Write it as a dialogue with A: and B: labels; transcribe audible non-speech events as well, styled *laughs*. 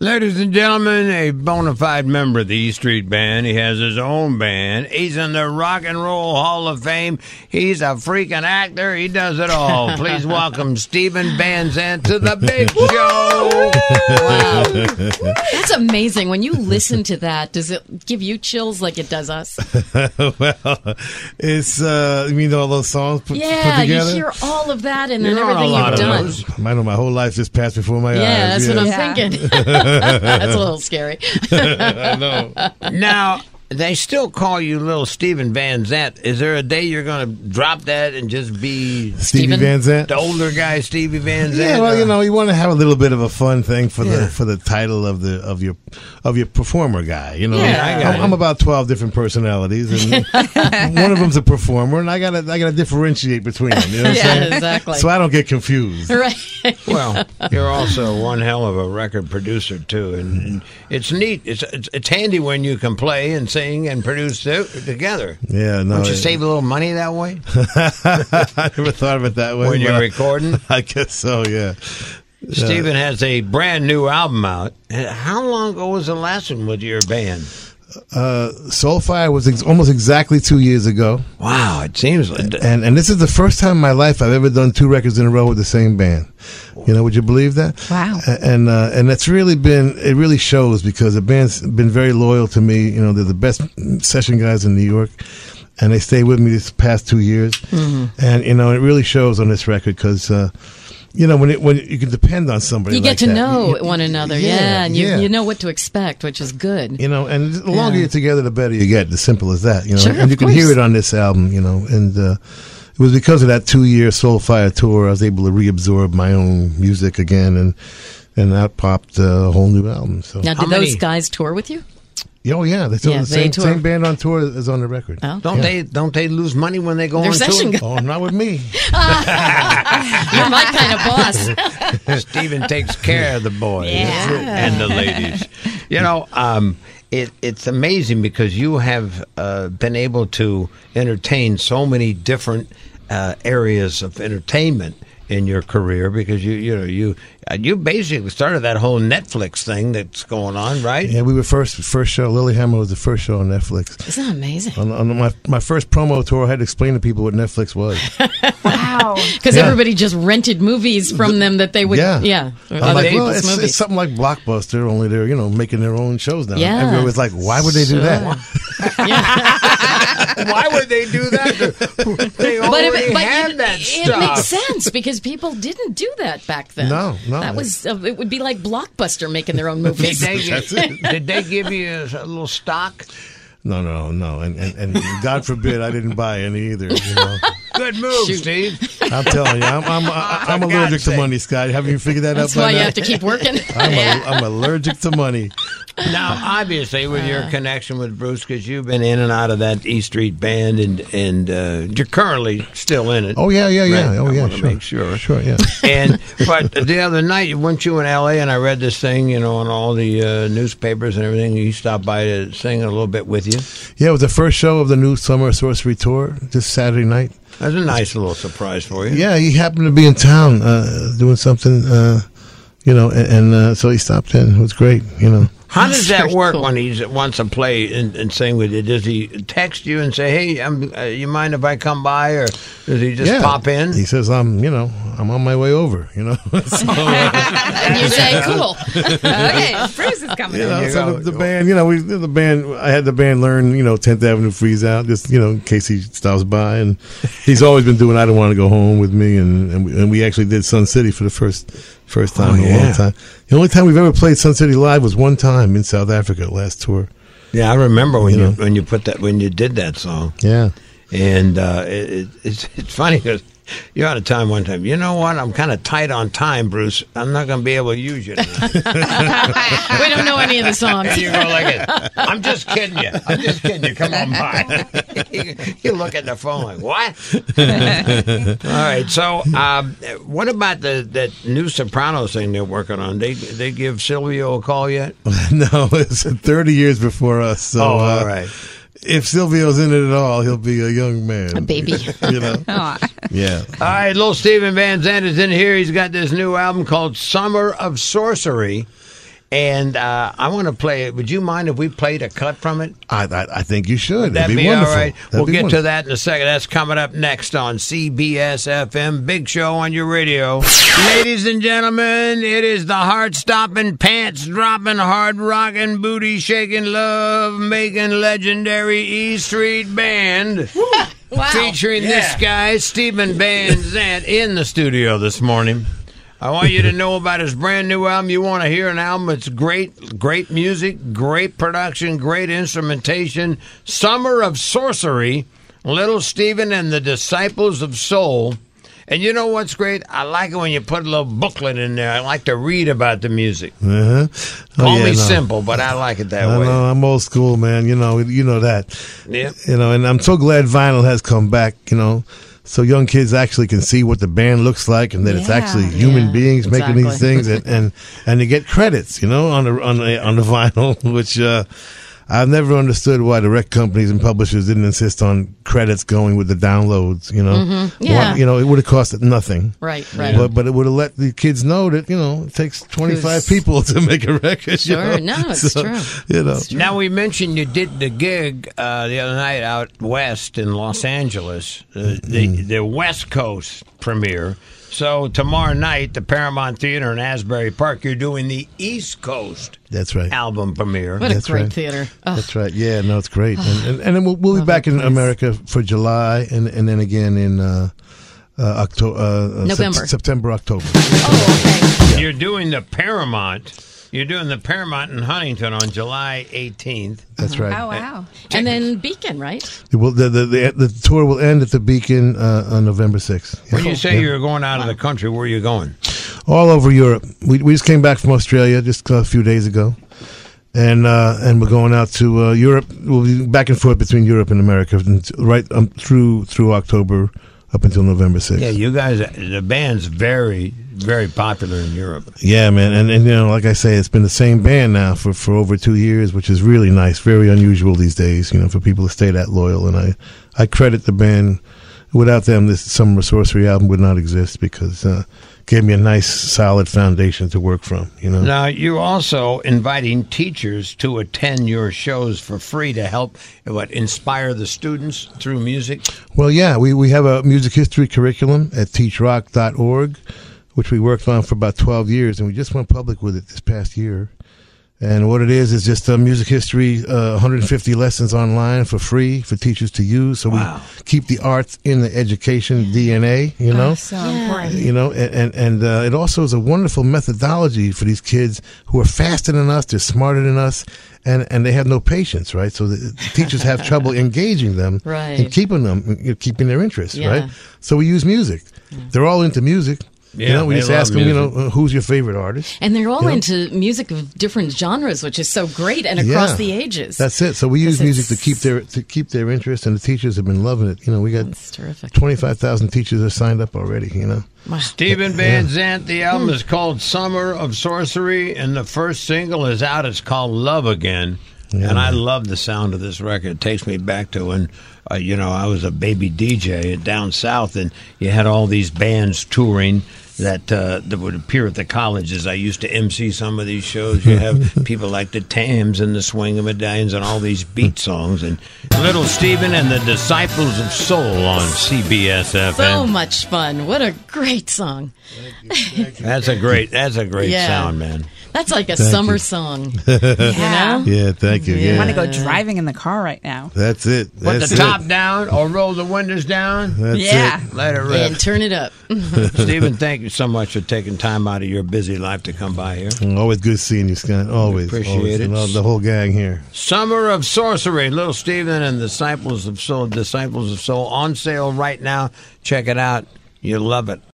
A: Ladies and gentlemen, a bona fide member of the E Street Band. He has his own band. He's in the Rock and Roll Hall of Fame. He's a freaking actor. He does it
B: *laughs*
A: all. Please welcome Stephen Van Zandt to the big show.
C: That's amazing. When you listen to that, does it give you chills like it does us?
B: *laughs* well, it's uh, you mean all those songs put,
C: Yeah,
B: put
C: you
B: together?
C: hear all of that and then
A: There are a
C: everything
A: lot
C: you've
A: of
C: done.
A: those.
B: I know my whole life just passed before my
C: Yeah,
B: eyes.
C: that's what I'm
B: yes.
C: thinking. that's a little scary. *laughs*
B: *laughs* I know.
A: Now, they still call you little Stephen Van Zandt. Is there a day you're going to drop that and just be
B: Stevie
C: Steven? uh,
B: Van Zandt.
A: the older guy, Stevie Van Zandt?
B: Yeah, well, you
A: or-
B: know, you want to have a little bit of a fun thing for
A: Yeah.
B: the for the title of the of your of your performer guy. You know,
C: Yeah, I
A: got
B: I'm,
A: it.
B: I'm about twelve different personalities,
C: *laughs*
B: and one of them's a performer, and I gotta I gotta differentiate between them. You know what
C: *laughs*
B: I'm
C: Yeah,
B: saying?
C: exactly.
B: So I don't
C: *laughs*
B: get confused.
C: Right.
A: Well, *laughs* you're also one hell of a record producer too, and, and it's neat. It's, it's it's handy when you can play and sing and produce to, together.
B: Oh, Yeah, no.
A: Don't you
B: it-
A: save a little money that way
B: *laughs* I never thought of it that way.
A: when you're
B: but
A: recording?
B: *laughs* I guess so. *laughs* Yeah.
A: Steven has a brand new album out. How long ago was the last one with your band?
B: Uh, Soulfire was ex- almost exactly two years ago,
A: Wow, it seems like
B: and and this is the first time in my life I've ever done two records in a row with the same band. You know, would you believe that?
C: Wow.
B: A- And uh, and that's really been it really shows because the band's been very loyal to me. You know, they're the best session guys in New York, and they stayed with me this past two years.
C: Mm-hmm.
B: And you know, it really shows on this record because. Uh, you know when it, when you can depend on somebody,
C: You
B: like
C: get to
B: that.
C: know
B: You-
C: one another. Yeah, and you, you know what to expect, which is good.
B: you know, and the longer
C: Yeah.
B: you're together, the better you get. The simple as that, you know.
C: Sure,
B: and you
C: of
B: can
C: course.
B: hear it on this album, you know. And uh, it was because of that two-year Soulfire tour, I was able to reabsorb my own music again, and and out popped uh, a whole new album. So,
C: Now,
A: How
C: did those
A: many-
C: guys tour with you?
B: oh yeah, they took
C: Yeah,
B: the
C: they
B: same,
C: tour.
B: same band on tour as on the record.
C: Oh.
A: don't they don't they lose money when they go
C: Their
A: on
C: session
A: tour?
C: guy.
B: *laughs* Oh, not with me.
C: You're my kind of boss.
A: *laughs* Steven takes care of the boys and the ladies. *laughs* You know, um, it, it's amazing because you have uh, been able to entertain so many different uh, areas of entertainment in your career because you you know you uh, you basically started that whole Netflix thing that's going on, right?
B: Yeah, we were first first show. Lilyhammer was the first show on Netflix.
C: Isn't that amazing?
B: On, on my my first promo tour, I had to explain to people what Netflix was.
D: Wow.
C: Because
B: Yeah.
C: everybody just rented movies from them that they would, yeah,
B: Yeah.
C: or
B: I'm
C: other
B: like, well,
C: people's
B: it's,
C: movies.
B: it's something like Blockbuster, only they're you know making their own shows now.
C: Yeah.
B: Everybody was like, why would they do that?
A: *laughs* Why would they do that? They
C: but it,
A: already
C: but
A: had
C: it,
A: that
C: it
A: stuff.
C: makes sense because people didn't do that back then.
B: No, no.
C: that was uh, it would be like Blockbuster making their
B: *laughs*
C: own
A: Did
C: movies.
A: they, did they give you a little stock?
B: No, no, no, and and, and God forbid I didn't buy any either. You know?
A: Good move,
C: Shoot.
A: Steve.
B: I'm telling you, I'm I'm, I'm
A: For
B: allergic
A: God's
B: to
A: sake.
B: money, Scott. Haven't you figured that
C: That's
B: out by
C: why you
B: now?
C: have to keep working.
B: *laughs* I'm,
C: Yeah.
B: a, I'm allergic to money.
A: Now,
B: Uh,
A: obviously, with your connection with Bruce, because you've been in and out of that E Street band, and and uh, you're currently still in it.
B: Oh yeah, yeah, yeah.
A: Right,
B: Oh
A: I
B: yeah,
A: wanna
B: sure,
A: make sure.
B: sure, *laughs* yeah.
A: *laughs* And but the other night, weren't you in L.A. and I read this thing, you know, on all the uh, newspapers and everything. You stopped by to sing a little bit with you.
B: Yeah, it was the first show of the new Summer Sorcery Tour this Saturday night.
A: That was a nice little surprise for you.
B: Yeah, he happened to be in town uh, doing something, uh, you know, and, and uh, so he stopped in. It was great, you know.
A: How does
C: That's
A: that
C: very
A: work
C: cool.
A: when he wants to play and, and sing with you? Does he text you and say, "Hey, I'm, uh, you mind if I come by?" Or does he just pop in?
B: He says, "I'm, you know, I'm on my way over."
A: *laughs*
B: You know, *laughs* so,
C: and you say, "Cool." *laughs*
D: Okay, Bruce is coming
B: you
D: in.
B: know, so
A: go.
B: the, the band, you know, we the band. I had the band learn, you know, Tenth Avenue Freeze Out, just you know, in case he stops by, and he's always been doing. I don't want to go home with me, and and we, and we actually did Sun City for the first first time
A: Oh,
B: in a
A: yeah.
B: long time. The only time we've ever played Sun City live was one time in South Africa last tour.
A: Yeah, I remember when
B: You
A: you,
B: know?
A: when you put that when you did that song,
B: Yeah,
A: and uh, it, it, it's it's funny because you're out of time one time. You know what? I'm kind of tight on time, Bruce. I'm not going to be able to use you. Now.
C: We don't know any of the songs.
A: And *laughs* you go like it. I'm just kidding you. I'm just kidding you. Come on by. *laughs* you look at the phone like what? *laughs* All right. So, um, what about the that new Sopranos thing they're working on? They they give Silvio a call yet?
B: *laughs* no, it's thirty years before us. So,
A: Oh, all
B: uh,
A: right.
B: If Silvio's in it at all, he'll be a young man, a
C: baby.
B: you know.
D: Aw.
B: Yeah.
A: All right, little Stephen Van Zandt is in here. He's got this new album called Summer of Sorcery. And uh, I want to play it. Would you mind if we played a cut from it?
B: I, I, I think you should.
A: That'd
B: It'd
A: be,
B: be,
A: all
B: wonderful.
A: right.
B: That'd
A: we'll
B: be
A: get
B: wonderful.
A: to that in a second. That's coming up next on CBS FM Big Show on your radio. Ladies and gentlemen, it is the heart stopping, pants dropping, hard rocking, booty shaking, love making legendary E Street Band.
C: Wow.
A: Featuring this guy, Stephen Van Zandt, in the studio this morning. I want you to know about his brand new album. You want to hear an album that's great, great music, great production, great instrumentation. Summer of Sorcery, Little Stephen and the Disciples of Soul. And you know what's great? I like it when you put a little booklet in there. I like to read about the music.
B: Uh-huh. Oh,
A: Call
B: yeah,
A: me
B: no.
A: simple, but I like it that
B: I
A: way.
B: know, I'm old school, man. You know, you know that.
A: Yeah.
B: You know, and I'm so glad vinyl has come back. You know, so young kids actually can see what the band looks like and that it's
C: Yeah,
B: actually human
C: yeah,
B: beings making these
C: exactly.
B: things, and, and and they get credits. You know, on the on the, on the *laughs* vinyl, which. uh I've never understood why the record companies and publishers didn't insist on credits going with the downloads. You know, Why-
C: Mm-hmm. yeah.
B: you know, it would have cost nothing.
C: Right, right.
B: But but it would have let the kids know that you know it takes twenty five
C: Who's-
B: people to make a record. you
C: Sure,
B: know? *laughs*
C: no, it's true.
B: You know,
A: Now we mentioned you did the gig uh, the other night out west in Los Angeles, uh, the the West Coast premiere. So tomorrow night, the Paramount Theater in Asbury Park, you're doing the East Coast
B: that's right.
A: album premiere.
C: What a
B: That's
C: great
B: right.
C: theater. Oh,
B: That's right. Yeah, no, it's great. And and, and then we'll, we'll be back in America for July, and and then again in uh, uh, October, uh, uh, Sep-
C: November.
B: September, October.
C: oh, okay.
A: You're doing the Paramount. You're doing the Paramount in Huntington on July 18th.
B: That's right.
D: Oh, wow.
C: And then Beacon, right?
B: Well, the, the the the tour will end at the Beacon uh, on November sixth.
A: When you say you're going out of the country, where are you going?
B: all over Europe. We, we just came back from Australia just a few days ago, and uh, and we're going out to uh, Europe. We'll be back and forth between Europe and America, and right um, through through October up until November sixth.
A: Yeah, you guys, the band's very, very popular in Europe.
B: Yeah, man, and and you know, like I say, it's been the same band now for for over two years, which is really nice. Very unusual these days, you know, for people to stay that loyal. And I I credit the band. Without them, this Summer of Sorcery album would not exist because uh, gave me a nice, solid foundation to work from. You know.
A: Now, you're also inviting teachers to attend your shows for free to help what inspire the students through music.
B: Well, yeah, we, we have a music history curriculum at teachrock.org, which we worked on for about 12 years, and we just went public with it this past year. And what it is is just uh, music history, uh, 150 lessons online for free for teachers to use. So
A: Wow.
B: we keep the arts in the education DNA, you know?
D: So
C: Yeah.
D: important.
B: you know, and and, and uh, it also is a wonderful methodology for these kids who are faster than us, they're smarter than us, and and they have no patience, right? So the, the teachers
C: *laughs*
B: have trouble engaging them
C: Right.
B: and keeping them, you know, keeping their interest,
C: Yeah.
B: right? So we use music. They're all into music.
A: Yeah,
B: you know, we
A: they
B: just
A: love
B: ask them, you know, uh, who's your favorite artist?
C: And they're all
B: Yeah.
C: into music of different genres, which is so great and across
B: Yeah.
C: the ages.
B: That's it. So we use
C: Because
B: music to
C: it's-
B: keep their to keep their interest, and the teachers have been loving it. You know, we got
C: That's terrific.
B: twenty five thousand teachers are signed up already.
C: *laughs*
B: You know.
C: Wow.
A: Stephen Van Zandt, the album is called Summer of Sorcery, and the first single is out. It's called Love Again.
B: Yeah,
A: and I
B: man.
A: love the sound of this record. It takes me back to when, uh, you know, I was a baby DJ down south, and you had all these bands touring that uh, that would appear at the colleges. I used to MC some of these shows. You have
B: *laughs*
A: people like the Tams and the Swing of Medallions and all these beat songs, and Little Stephen and the Disciples of Soul on CBS FM.
C: So much fun. What a great song.
A: That's a great. That's a great
C: Yeah.
A: sound, man.
C: That's like a
B: Thank
C: summer
B: you. *laughs*
C: song.
D: Yeah.
B: Yeah, thank you.
C: Yeah.
D: I
B: Yeah,
D: want to go driving in the car right now.
B: that's it.
A: Put
B: That's
A: the
B: it.
A: top down or roll the windows down.
B: That's
D: yeah.
B: it.
A: Let it rip.
C: and turn it up.
A: *laughs* Stephen, thank you so much for taking time out of your busy life to come by here.
B: Always good seeing you, Scott. Always.
A: Appreciate
B: always.
A: it.
B: And all- the whole gang here.
A: Summer of Sorcery, Little Stephen and Disciples of Soul, Disciples of Soul on sale right now. Check it out. You'll love it.